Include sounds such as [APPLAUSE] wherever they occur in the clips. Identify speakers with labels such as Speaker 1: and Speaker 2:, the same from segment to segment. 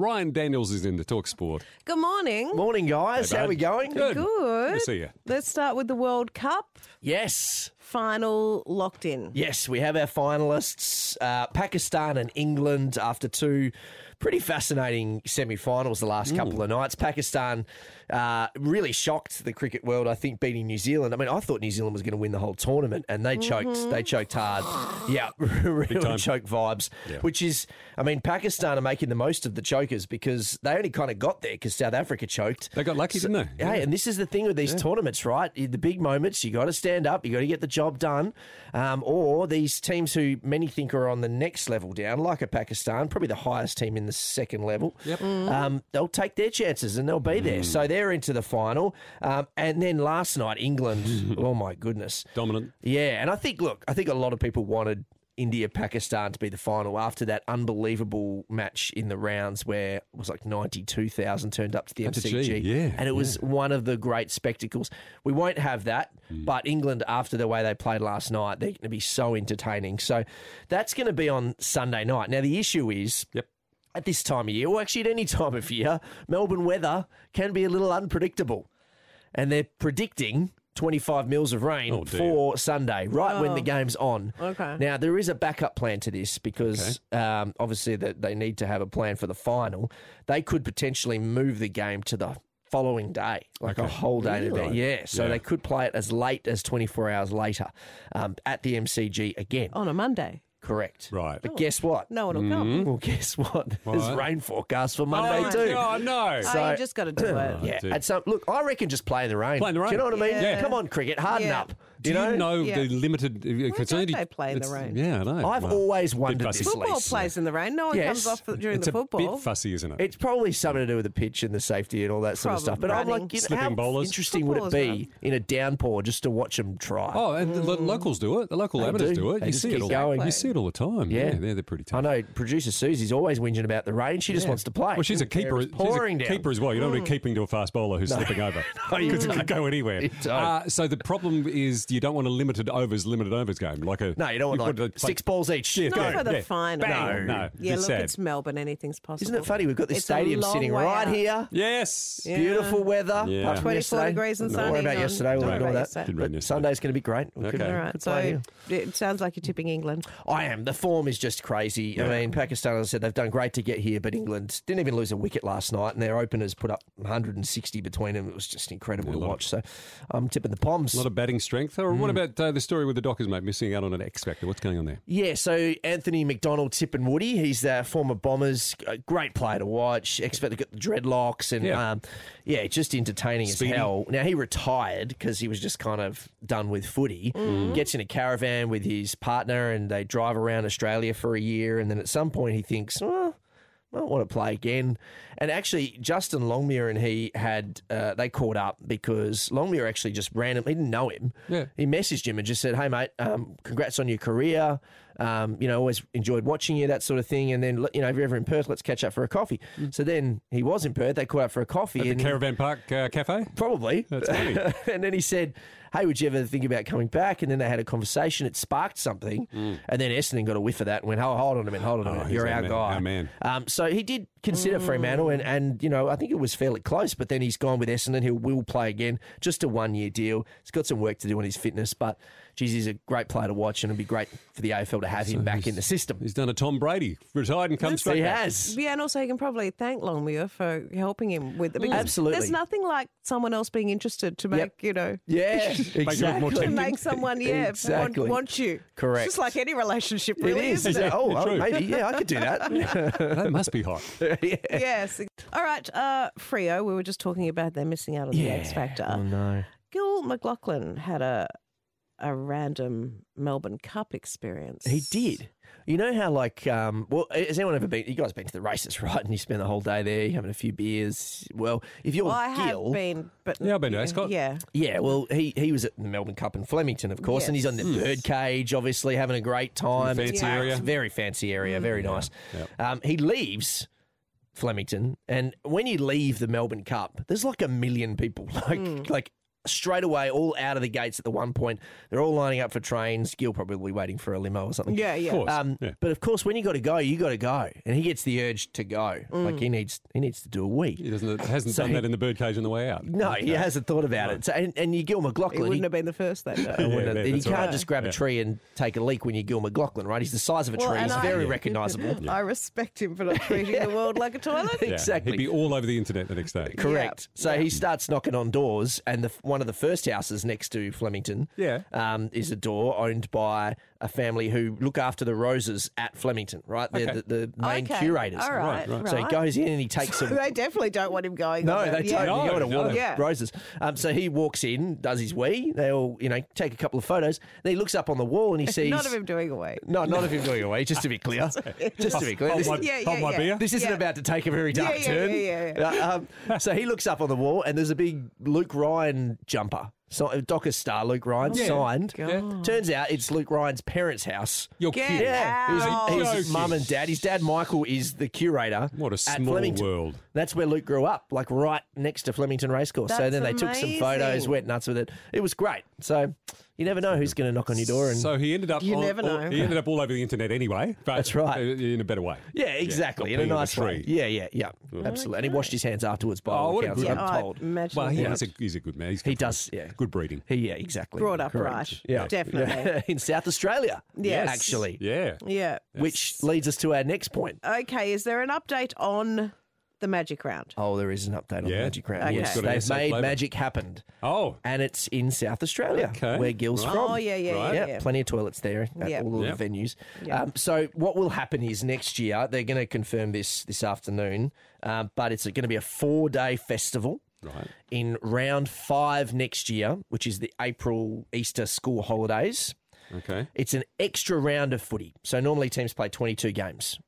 Speaker 1: Ryan Daniels is in the talk sport.
Speaker 2: Good morning.
Speaker 3: Morning, guys.
Speaker 1: Hey,
Speaker 3: How
Speaker 1: bud.
Speaker 3: we going?
Speaker 1: Good.
Speaker 2: Good.
Speaker 1: Good to see you.
Speaker 2: Let's start with the World Cup
Speaker 3: Yes.
Speaker 2: final locked in.
Speaker 3: Yes, we have our finalists uh, Pakistan and England after two pretty fascinating semi finals the last couple
Speaker 1: Mm.
Speaker 3: of nights. Pakistan uh, really shocked the cricket world, I think, beating New Zealand. I mean, I thought New Zealand was going to win the whole tournament, and they choked. They choked hard. Yeah, [LAUGHS] really
Speaker 1: Mm-hmm. time.
Speaker 3: choke vibes,
Speaker 1: Yeah.
Speaker 3: which is, I mean, Pakistan are making the most of the chokers because they only kind of got there because South Africa choked.
Speaker 1: They got lucky, didn't they?
Speaker 3: Hey, and this is the thing with these tournaments, right? The big moments, you got to stand up, you got to get the job done. Um, or these teams who many think are on the next level down, like a Pakistan, probably the highest team in the second level.
Speaker 1: Yep.
Speaker 3: Um, they'll take their chances and they'll be there. So they're into the final. Um, and then last night, England. oh my goodness.
Speaker 1: Dominant.
Speaker 3: Yeah, and I think look, I think a lot of people wanted India Pakistan to be the final after that unbelievable match in the rounds where it was like ninety two thousand turned up to the
Speaker 1: At the G,
Speaker 3: MCG,
Speaker 1: yeah, Mm.
Speaker 3: and it was one of the great spectacles. We won't have that, but England after the way they played last night, they're going to be so entertaining. So that's going to be on Sunday night. Now the issue is
Speaker 1: Yep.
Speaker 3: at this time of year, or actually at any [LAUGHS] time of year, Melbourne weather can be a little unpredictable. And they're predicting 25 mils of rain
Speaker 1: Oh, dear.
Speaker 3: for Sunday, right when the game's on.
Speaker 2: Oh. Okay.
Speaker 3: Now, there is a backup plan to this because um, obviously that they need to have a plan for the final. They could potentially move the game to the following day, like a whole day in advance. Yeah, so
Speaker 1: Yeah.
Speaker 3: they could play it as late as 24 hours later um, at the MCG again.
Speaker 2: On a Monday.
Speaker 3: Correct.
Speaker 1: Right.
Speaker 3: But guess what?
Speaker 2: Oh. No one will
Speaker 1: Mm-hmm.
Speaker 2: come.
Speaker 3: [LAUGHS] Well, guess what? There's
Speaker 1: What?
Speaker 3: rain forecast for Monday
Speaker 1: oh,
Speaker 3: too.
Speaker 1: Oh, no.
Speaker 2: oh,
Speaker 3: So-
Speaker 2: you just got to do it.
Speaker 1: [CLEARS THROAT]
Speaker 3: Yeah,
Speaker 1: dude.
Speaker 3: at some look, I reckon just play in the rain.
Speaker 1: Play in the rain.
Speaker 3: Do you know what I mean?
Speaker 2: Yeah.
Speaker 3: Come on, cricket, harden
Speaker 2: Yeah.
Speaker 3: up.
Speaker 1: Do you know, the
Speaker 2: Yeah.
Speaker 1: limited? Why
Speaker 2: don't they play in the rain?
Speaker 1: Yeah, I know.
Speaker 3: I've
Speaker 1: Wow.
Speaker 3: always
Speaker 1: Bit
Speaker 3: wondered
Speaker 1: fussy.
Speaker 3: this.
Speaker 2: Football
Speaker 3: Least,
Speaker 2: plays in the rain. No one
Speaker 3: Yes.
Speaker 2: comes off during
Speaker 1: It's
Speaker 2: the
Speaker 1: a
Speaker 2: football.
Speaker 1: bit fussy, isn't it?
Speaker 3: It's probably something to do with the pitch and the safety and all that sort of stuff. But I'm
Speaker 2: Probably.
Speaker 3: like, you know,
Speaker 1: Slipping
Speaker 3: how
Speaker 1: bowlers.
Speaker 3: interesting would it
Speaker 2: Footballers
Speaker 3: be in a downpour just to watch them try?
Speaker 1: oh, and the lo- locals do it. The local
Speaker 3: They
Speaker 1: amateurs
Speaker 3: do.
Speaker 1: do, it.
Speaker 3: They
Speaker 1: you
Speaker 3: just
Speaker 1: see it
Speaker 3: keep
Speaker 1: all.
Speaker 3: going.
Speaker 1: You see it all the time. Yeah, they're, they're pretty tough.
Speaker 3: I know producer Susie's always whinging about the rain. She just
Speaker 1: Yeah.
Speaker 3: wants to play.
Speaker 1: Well, she's a
Speaker 3: And there
Speaker 1: keeper.
Speaker 3: it's pouring
Speaker 1: she's a
Speaker 3: down. Mm.
Speaker 1: keeper as well. You don't want to be keeping to a fast bowler who's slipping
Speaker 3: [LAUGHS]
Speaker 1: over because it could go anywhere.
Speaker 3: don't.
Speaker 1: Uh, so the problem is you don't want a limited overs, limited overs game like a
Speaker 3: No, you don't want
Speaker 1: put
Speaker 3: like
Speaker 1: a-
Speaker 3: six balls each.
Speaker 1: Yeah,
Speaker 2: Not
Speaker 1: go,
Speaker 2: for the
Speaker 1: yeah.
Speaker 2: final.
Speaker 1: Bang. No,
Speaker 2: Yeah,
Speaker 1: it's
Speaker 2: look,
Speaker 1: sad.
Speaker 2: it's Melbourne. Anything's possible.
Speaker 3: Isn't it funny? We've got this
Speaker 2: It's a
Speaker 3: stadium
Speaker 2: long
Speaker 3: sitting
Speaker 2: way
Speaker 3: right
Speaker 2: out.
Speaker 3: here.
Speaker 1: Yes.
Speaker 2: Yeah.
Speaker 3: Beautiful weather.
Speaker 1: Yeah.
Speaker 3: apart from
Speaker 2: 24
Speaker 3: yesterday.
Speaker 2: degrees and
Speaker 3: Don't
Speaker 2: sunny
Speaker 3: worry about
Speaker 2: on-
Speaker 3: yesterday. We'll
Speaker 2: Don't
Speaker 3: ignore
Speaker 2: worry
Speaker 3: that.
Speaker 2: about
Speaker 1: Didn't rain
Speaker 3: But
Speaker 1: yesterday.
Speaker 3: Sunday's going to be great. We could-
Speaker 1: Okay.
Speaker 2: All
Speaker 1: All
Speaker 2: right.
Speaker 3: could play
Speaker 2: So
Speaker 3: here.
Speaker 2: it sounds like you're tipping England.
Speaker 3: I am. The form is just crazy. I mean, Pakistan, as I said, they've done great to get here, but England didn't even lose a wicket last night, and their openers put up 160 between them. It was just incredible to watch. So I'm tipping the Poms.
Speaker 1: A lot of batting strength. Or
Speaker 3: Mm.
Speaker 1: what about uh, the story with the Dockers, mate, missing out on an X Factor? What's going on there?
Speaker 3: Yeah, so Anthony McDonald, Tip and Woody, he's the former Bombers, a great player to watch. Expert to get the dreadlocks and
Speaker 1: Yeah.
Speaker 3: yeah, um, yeah just entertaining
Speaker 1: Speedy.
Speaker 3: as hell. Now he retired because he was just kind of done with footy.
Speaker 1: Mm.
Speaker 3: Gets in a caravan with his partner and they drive around Australia for a year, and then at some point he thinks, well. I don't want to play again. And actually, Justin Longmire and he had, uh, they caught up because Longmire actually just randomly, he didn't know him.
Speaker 1: Yeah.
Speaker 3: He messaged him and just said, hey, mate, um, congrats on your career. Um, you know, always enjoyed watching you, that sort of thing. And then, you know, if you're ever in Perth, let's catch up for a coffee. So then he was in Perth. They caught up for a coffee.
Speaker 1: Mm. At the
Speaker 3: and
Speaker 1: Caravan Park uh, Cafe?
Speaker 3: Probably.
Speaker 1: That's funny.
Speaker 3: [LAUGHS] and then he said, Hey, would you ever think about coming back? And then they had a conversation. It sparked something. And then Essendon got a whiff of that and went, Oh, hold on a minute, hold on a
Speaker 1: Mm. Oh,
Speaker 3: minute.
Speaker 1: he's
Speaker 3: You're
Speaker 1: our
Speaker 3: our
Speaker 1: man,
Speaker 3: guy.
Speaker 1: our man.
Speaker 3: Um, so he did consider
Speaker 2: Mm.
Speaker 3: Fremantle. And, and, you know, I think it was fairly close. But then he's gone with Essendon. He will play again. Just a one year deal. He's got some work to do on his fitness. But, geez, he's a great player to watch. And it'd be great for the AFL to have him back in the system.
Speaker 1: He's done a Tom Brady, retired and come straight
Speaker 3: He
Speaker 1: back.
Speaker 3: has.
Speaker 2: Yeah, and also you can probably thank Longmuir for helping him with it. because
Speaker 3: Absolutely.
Speaker 2: There's nothing like someone else being interested to make, you know,
Speaker 1: [LAUGHS]
Speaker 3: [LAUGHS] Yeah,
Speaker 1: look more
Speaker 3: exactly.
Speaker 2: to make someone, yeah,
Speaker 3: Exactly.
Speaker 2: want, want you.
Speaker 3: Correct.
Speaker 2: It's just like any relationship,
Speaker 3: It
Speaker 2: really.
Speaker 1: [LAUGHS]
Speaker 3: is.
Speaker 2: Isn't it?
Speaker 3: Oh, oh,
Speaker 1: True.
Speaker 3: maybe. Yeah, I could do that.
Speaker 1: [LAUGHS]
Speaker 3: [LAUGHS]
Speaker 1: That must be hot.
Speaker 2: yes. All right, uh, Frio, we were just talking about them missing out on the X Factor.
Speaker 3: Oh, no.
Speaker 2: Gil McLaughlin had a a random Melbourne Cup experience.
Speaker 3: He did. You know how like um, well has anyone ever been? You guys been to the races, [LAUGHS] right? And you spend the whole day there, you're having a few beers. Well, if you're
Speaker 2: Well, I have
Speaker 3: Gil,
Speaker 2: been, but
Speaker 1: Yeah, I've been to Ascot.
Speaker 2: Yeah,
Speaker 3: yeah. Well, he he was at the Melbourne Cup in Flemington, of course, and he's on the birdcage, obviously having a great time.
Speaker 1: Hmm. Fancy
Speaker 3: It's packed,
Speaker 1: area. Hmm.
Speaker 3: very fancy area, very nice.
Speaker 1: yeah.
Speaker 3: Um, he leaves.
Speaker 2: Hmm.
Speaker 3: Flemington, and when you leave the Melbourne Cup, there's [LAUGHS] like a million people, like like straight away, all out of the gates at the one point. They're all lining up for trains. Gil probably waiting for a limo or something.
Speaker 2: Yeah, yeah.
Speaker 1: Of course.
Speaker 3: Um,
Speaker 1: yeah.
Speaker 3: But of course, when you got to go, you got to go, and he gets the urge to go.
Speaker 2: Hmm.
Speaker 3: Like he needs, he needs to do a wee.
Speaker 1: He doesn't, hasn't
Speaker 3: So
Speaker 1: done
Speaker 3: he-
Speaker 1: that in the birdcage on the way out.
Speaker 3: No, he hasn't thought about it. So, and, and you, Gil
Speaker 2: It
Speaker 3: McLaughlin,
Speaker 2: wouldn't
Speaker 3: he-
Speaker 2: have been the first that day.
Speaker 3: I [LAUGHS]
Speaker 1: Yeah,
Speaker 3: wouldn't have-
Speaker 1: that-
Speaker 3: he
Speaker 1: that's
Speaker 3: can't
Speaker 1: right.
Speaker 3: just grab
Speaker 1: Yeah.
Speaker 3: a tree and take a leak when you're Gil McLaughlin, right? He's the size of a
Speaker 2: Well,
Speaker 3: tree.
Speaker 2: and
Speaker 3: He's
Speaker 2: I- [LAUGHS]
Speaker 3: very
Speaker 2: Yeah.
Speaker 3: recognisable. [LAUGHS]
Speaker 2: I respect him for not treating the world like a toilet.
Speaker 1: Yeah,
Speaker 3: exactly.
Speaker 1: He'd be all over the internet the next day.
Speaker 3: Correct. So he starts knocking on doors, and the, f- one of the first houses next to Flemington
Speaker 1: Yeah.
Speaker 3: um, is a door owned by a family who look after the roses at Flemington, right? They're
Speaker 1: Okay.
Speaker 3: the, the main
Speaker 2: okay.
Speaker 3: curators.
Speaker 2: All
Speaker 1: Right,
Speaker 2: right, right.
Speaker 1: right.
Speaker 3: So he goes in and he takes
Speaker 2: [LAUGHS]
Speaker 3: some.
Speaker 2: They definitely don't want him going.
Speaker 3: No,
Speaker 2: on
Speaker 3: they
Speaker 2: that.
Speaker 3: totally
Speaker 2: Yeah.
Speaker 1: No,
Speaker 3: don't want
Speaker 1: no.
Speaker 3: to
Speaker 2: Yeah.
Speaker 3: roses. Um, so he walks in, does his wee. They all, you know, take a couple of photos. Then he looks up on the wall and
Speaker 2: [LAUGHS]
Speaker 3: he sees
Speaker 2: None of him doing away.
Speaker 3: No, not if you're going away, just to
Speaker 2: [LAUGHS]
Speaker 3: be clear. just to be clear. This,
Speaker 1: Hold Oh, my,
Speaker 2: Yeah, yeah,
Speaker 1: hold my
Speaker 2: yeah.
Speaker 1: beer.
Speaker 3: this isn't
Speaker 2: Yeah.
Speaker 3: about to take a very dark
Speaker 2: yeah,
Speaker 3: turn.
Speaker 2: yeah, yeah,
Speaker 3: Uh, um, so he looks up on the wall and there's a big Luke Ryan jumper. So, a Docker star Luke Ryan signed.
Speaker 2: God.
Speaker 3: Turns out it's Luke Ryan's parents' house.
Speaker 1: You're
Speaker 2: Get
Speaker 1: kidding.
Speaker 2: out.
Speaker 3: He's,
Speaker 2: Oh.
Speaker 3: he's his
Speaker 1: Joking.
Speaker 3: mum and dad. His dad Michael is the curator.
Speaker 1: What a
Speaker 3: at
Speaker 1: small
Speaker 3: Flemington.
Speaker 1: world.
Speaker 3: That's where Luke grew up, like right next to Flemington Racecourse. so
Speaker 2: That's
Speaker 3: then they took some photos,
Speaker 2: amazing.
Speaker 3: went nuts with it. It was great. So you never know who's going to knock on your door and
Speaker 1: So he ended up.
Speaker 2: You
Speaker 1: all-
Speaker 2: never
Speaker 1: all-
Speaker 2: know.
Speaker 1: he ended up all over the internet anyway. But
Speaker 3: That's right.
Speaker 1: In a better way.
Speaker 3: Yeah, exactly. in a
Speaker 1: peeing on a
Speaker 3: nice way.
Speaker 1: tree.
Speaker 3: Yeah, yeah, yeah. Absolutely. And he washed his hands afterwards by all
Speaker 1: Oh, what a
Speaker 3: accounts,
Speaker 1: good-
Speaker 3: I'm
Speaker 1: Yeah,
Speaker 2: I
Speaker 3: told.
Speaker 2: imagine.
Speaker 1: Well, he,
Speaker 2: yeah.
Speaker 1: he's, a, he's a good man. He's
Speaker 3: He
Speaker 1: good for-
Speaker 3: does, yeah.
Speaker 1: Good breeding.
Speaker 3: He, yeah, exactly.
Speaker 2: brought up
Speaker 3: Correct.
Speaker 2: right.
Speaker 3: Yeah.
Speaker 2: Definitely. [LAUGHS] Yeah.
Speaker 3: [LAUGHS] in South Australia.
Speaker 2: Yes.
Speaker 3: Actually.
Speaker 1: Yeah.
Speaker 3: Which leads us to our next point.
Speaker 2: Okay, is there an update on the magic round?
Speaker 3: Oh, there is an update on the
Speaker 1: Yeah.
Speaker 3: Magic Round.
Speaker 2: Okay.
Speaker 3: Yes,
Speaker 2: Got
Speaker 1: an
Speaker 3: they've
Speaker 1: essay
Speaker 3: made
Speaker 1: flavour.
Speaker 3: magic happened.
Speaker 1: Oh.
Speaker 3: And it's in South Australia,
Speaker 1: Okay.
Speaker 3: where Gil's
Speaker 1: Right.
Speaker 3: from.
Speaker 2: Oh, yeah, yeah,
Speaker 1: Right.
Speaker 2: yeah.
Speaker 3: Yeah,
Speaker 2: yeah.
Speaker 3: plenty of toilets there at
Speaker 2: Yeah.
Speaker 3: all of
Speaker 1: Yeah.
Speaker 3: the venues.
Speaker 2: Yeah.
Speaker 3: Um, so what will happen is next year they're going to confirm this this afternoon, um, but it's going to be a four day festival.
Speaker 1: Right.
Speaker 3: In round five next year, which is the April Easter school holidays,
Speaker 1: Okay.
Speaker 3: it's an extra round of footy. So normally teams play 22 games.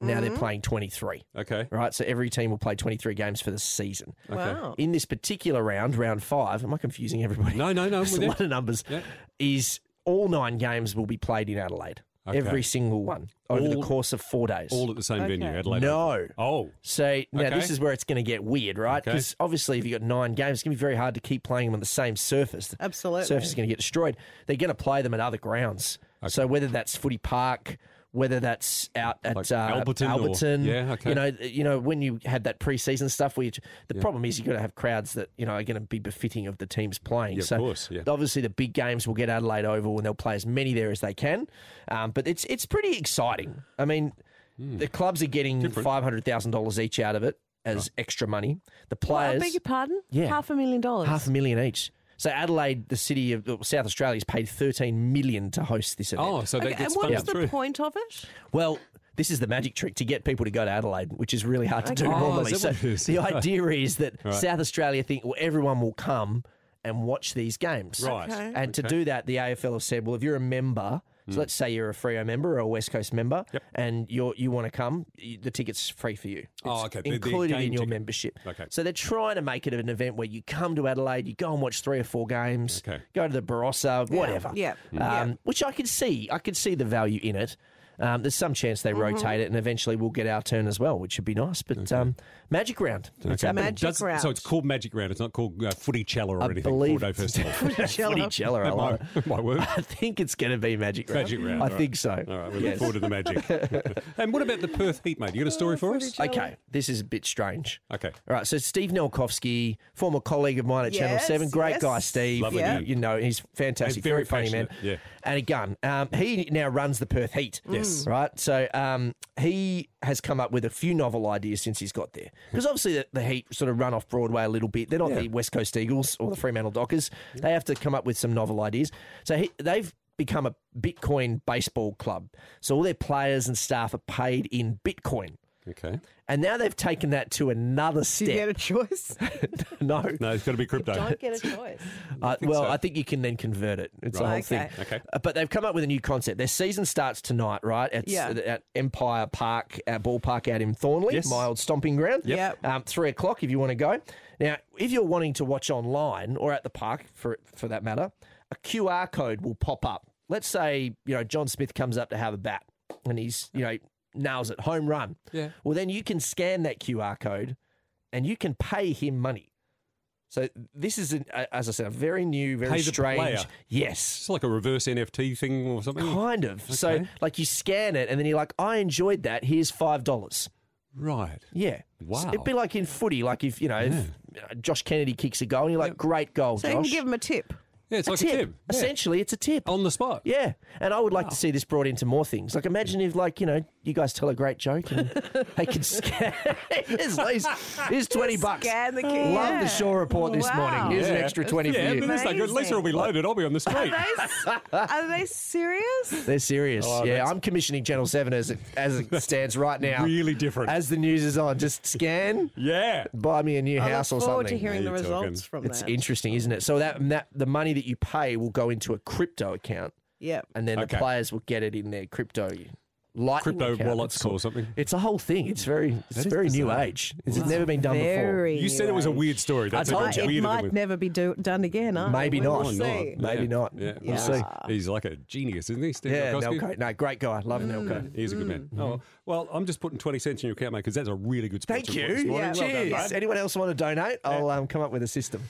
Speaker 3: Now
Speaker 2: Mm-hmm.
Speaker 3: they're playing 23,
Speaker 1: Okay.
Speaker 3: right? So every team will play 23 games for the season.
Speaker 2: Wow.
Speaker 3: In this particular round, round five, am I confusing everybody?
Speaker 1: No, no, no. I'm
Speaker 3: [LAUGHS] It's
Speaker 1: with
Speaker 3: a
Speaker 1: you.
Speaker 3: lot of numbers.
Speaker 1: Yeah.
Speaker 3: Is all nine games will be played in Adelaide.
Speaker 1: Okay.
Speaker 3: Every single one over the
Speaker 1: All-
Speaker 3: course of four days.
Speaker 1: All at the same venue, Adelaide.
Speaker 3: no.
Speaker 1: Oh.
Speaker 3: So now
Speaker 1: Okay.
Speaker 3: this is where it's going to get weird, right?
Speaker 1: Okay.
Speaker 3: Because obviously, if you've got nine games, it's going to be very hard to keep playing them on the same surface. The
Speaker 2: Absolutely.
Speaker 3: surface is going to get destroyed. They're going to play them at other grounds. So whether that's Footy Park, whether that's out at
Speaker 1: Like
Speaker 3: uh,
Speaker 1: Alberton or-
Speaker 3: Alberton,
Speaker 1: yeah, okay.
Speaker 3: you know, you know, when you had that preseason stuff, where you, the problem is you're going to have crowds that you know are going to be befitting of the teams playing.
Speaker 1: Yeah, of
Speaker 3: so
Speaker 1: course, yeah.
Speaker 3: obviously the big games will get Adelaide Oval and they'll play as many there as they can. Um, but it's it's pretty exciting. I mean, the clubs are getting five hundred thousand dollars each out of it as extra money. The
Speaker 2: I
Speaker 3: players
Speaker 2: beg your pardon?
Speaker 3: Yeah.
Speaker 2: Half a million dollars.
Speaker 3: half a million each. So Adelaide, the city of well, South Australia, has paid thirteen million to host this event.
Speaker 1: Oh, so
Speaker 2: Okay,
Speaker 1: that
Speaker 2: and
Speaker 1: gets
Speaker 2: what was
Speaker 1: funded
Speaker 2: the
Speaker 1: through.
Speaker 2: point of it?
Speaker 3: Well, this is the magic trick to get people to go to Adelaide, which is really hard to do
Speaker 2: Okay. Oh,
Speaker 3: normally.
Speaker 1: is
Speaker 3: So
Speaker 1: that what it is?
Speaker 3: the idea is that South Australia think, well, everyone will come and watch these games.
Speaker 1: Right.
Speaker 2: Okay.
Speaker 3: And to do that, the AFL have said, well, if you're a member,
Speaker 1: Hmm.
Speaker 3: so let's say you're a Freo member or a West Coast member, and you're, you want to come, you, the ticket's free for you. It's
Speaker 1: Oh, okay. The- the
Speaker 3: included in
Speaker 1: game
Speaker 3: your
Speaker 1: ticket.
Speaker 3: membership.
Speaker 1: Okay.
Speaker 3: So they're trying to make it an event where you come to Adelaide, you go and watch three or four games,
Speaker 1: Okay.
Speaker 3: go to the Barossa, whatever.
Speaker 2: Yeah.
Speaker 3: Um,
Speaker 2: Yeah.
Speaker 3: Which I could see. I could see the value in it. Um, there's some chance
Speaker 1: Mm-hmm.
Speaker 3: they rotate it, and eventually we'll get our turn as well, which would be nice. But um, magic round, it's happening. [LAUGHS]
Speaker 2: Magic
Speaker 1: Does-
Speaker 2: round.
Speaker 1: So it's called Magic Round. It's not called uh, Footy Chella or anything.
Speaker 3: believe-
Speaker 1: Four Day Festival.
Speaker 3: [LAUGHS] Footy Jella, I
Speaker 1: That
Speaker 3: love it. [LAUGHS]
Speaker 1: might, might work.
Speaker 3: I think it's going to be magic round.
Speaker 1: Magic round.
Speaker 3: I
Speaker 1: all right.
Speaker 3: think so.
Speaker 1: All right, we're
Speaker 3: Yes.
Speaker 1: looking forward to the
Speaker 3: [LAUGHS]
Speaker 1: magic. and what about the Perth Heat, mate? You got a
Speaker 2: Uh,
Speaker 1: story for us?
Speaker 3: Okay, this is a bit strange.
Speaker 1: Okay.
Speaker 3: All right, so Steve Nelkovsky, former colleague of mine at Channel
Speaker 2: Yes,
Speaker 3: 7, great
Speaker 2: yes.
Speaker 3: guy, Steve.
Speaker 1: Lovely
Speaker 2: Yeah.
Speaker 1: man.
Speaker 3: You know, he's fantastic,
Speaker 1: And very
Speaker 3: very, funny man.
Speaker 1: passionate,
Speaker 3: And a gun. Um, he now runs the Perth Heat.
Speaker 1: Mm.
Speaker 3: Yes. Right? So um, he has come up with a few novel ideas since he's got there. Because obviously the, the Heat sort of run off Broadway a little bit. They're not the West Coast Eagles or the Fremantle Dockers. They have to come up with some novel ideas. So he, they've become a Bitcoin baseball club. So all their players and staff are paid in Bitcoin.
Speaker 1: Okay.
Speaker 3: And now they've taken that to another
Speaker 2: Did you get
Speaker 3: step.
Speaker 2: a choice?
Speaker 3: [LAUGHS] no.
Speaker 1: No, it's got to be crypto.
Speaker 2: [LAUGHS] Don't get a choice.
Speaker 3: Uh, well,
Speaker 1: so.
Speaker 3: I think you can then convert it. It's a whole
Speaker 2: Right.
Speaker 3: thing.
Speaker 2: Okay.
Speaker 1: Okay.
Speaker 3: Uh, But they've come up with a new concept. Their season starts tonight, right? At, uh,
Speaker 2: Yeah.
Speaker 3: at Empire Park, our ballpark out in Thornley,
Speaker 1: Yes.
Speaker 3: my old stomping ground.
Speaker 2: Yep. Yep.
Speaker 3: Um, three o'clock if you want to go. Now, if you're wanting to watch online or at the park for for that matter, a QR code will pop up. Let's say you know John Smith comes up to have a bat and he's you know nails it home run.
Speaker 1: Yeah.
Speaker 3: Well, then you can scan that QR code and you can pay him money. So this is, an, a- as I said, a very new, very
Speaker 1: Pay the
Speaker 3: strange.
Speaker 1: player.
Speaker 3: Yes.
Speaker 1: It's like a reverse NFT thing or something.
Speaker 3: Kind of. So,
Speaker 1: Okay.
Speaker 3: like, you scan it, and then you're like, "I enjoyed that. Here's five dollars."
Speaker 1: Right.
Speaker 3: Yeah.
Speaker 1: Wow.
Speaker 3: So it'd be like in footy, like if you know, if uh, Josh Kennedy kicks a goal, and you're like, "Great goal,
Speaker 2: So you
Speaker 3: Josh."
Speaker 2: can give them a tip.
Speaker 1: Yeah, it's
Speaker 3: a
Speaker 1: like
Speaker 3: tip.
Speaker 1: a tip. Yeah.
Speaker 3: Essentially, it's a tip.
Speaker 1: On the spot.
Speaker 3: Yeah, and I would like to see this brought into more things. Like, imagine if, like, you know, you guys tell a great joke and they can scan. [LAUGHS] here's, here's, here's twenty bucks.
Speaker 2: Scan the key.
Speaker 3: Love
Speaker 2: yeah.
Speaker 3: the Shaw report this
Speaker 2: Wow.
Speaker 3: morning. Here's an extra twenty
Speaker 1: Yeah,
Speaker 3: for
Speaker 1: but
Speaker 3: you.
Speaker 1: that's no good. At least it'll be loaded. I'll be on the
Speaker 2: Are
Speaker 1: street.
Speaker 2: they, s- are they serious?
Speaker 3: They're serious. yeah,
Speaker 1: Oh, that's-
Speaker 3: I'm commissioning Channel Seven as it as it
Speaker 1: [LAUGHS]
Speaker 3: stands right now.
Speaker 1: Really different.
Speaker 3: As the news is on, just scan,
Speaker 1: yeah.
Speaker 3: buy me a new
Speaker 2: I look
Speaker 3: house or
Speaker 2: forward to
Speaker 3: something.
Speaker 2: hearing
Speaker 1: Yeah,
Speaker 2: the
Speaker 1: you're talking.
Speaker 2: results from
Speaker 3: It's
Speaker 2: that.
Speaker 3: interesting, isn't it? So that that the money that you pay will go into a crypto account,
Speaker 2: yep.
Speaker 3: and then the
Speaker 1: Okay.
Speaker 3: players will get it in their crypto. Lightning
Speaker 1: Crypto
Speaker 3: account.
Speaker 1: wallets
Speaker 3: It's-
Speaker 1: or something.
Speaker 3: It's a whole thing. It's very, it's
Speaker 1: is
Speaker 3: very new
Speaker 1: bizarre.
Speaker 3: age. It's never been done
Speaker 2: Very.
Speaker 1: You said it was a weird story. That's
Speaker 3: told
Speaker 1: even
Speaker 3: you.
Speaker 2: It
Speaker 1: weirder than
Speaker 2: might
Speaker 1: we-
Speaker 2: never be do- done again. huh?
Speaker 3: Maybe
Speaker 2: We will
Speaker 3: not.
Speaker 1: Why
Speaker 2: see.
Speaker 1: not?
Speaker 3: Maybe
Speaker 1: Yeah.
Speaker 3: not.
Speaker 1: Yeah,
Speaker 3: We'll
Speaker 1: yeah.
Speaker 3: see.
Speaker 1: He's like a genius, isn't he? Steve
Speaker 3: before. Yeah,
Speaker 1: Malkowski?
Speaker 3: Nelco. No, Mm-hmm. great guy.
Speaker 2: Mm.
Speaker 3: Loving Nelco.
Speaker 1: He's a good man. Oh, well, I'm just putting 20 cents in your account, mate, because that's a really good sponsor
Speaker 3: Thank
Speaker 1: report this
Speaker 3: you.
Speaker 1: morning.
Speaker 2: Yeah.
Speaker 1: Well done,
Speaker 3: Cheers.
Speaker 1: mate.
Speaker 3: Anyone else want to donate? I'll um, come up with a system.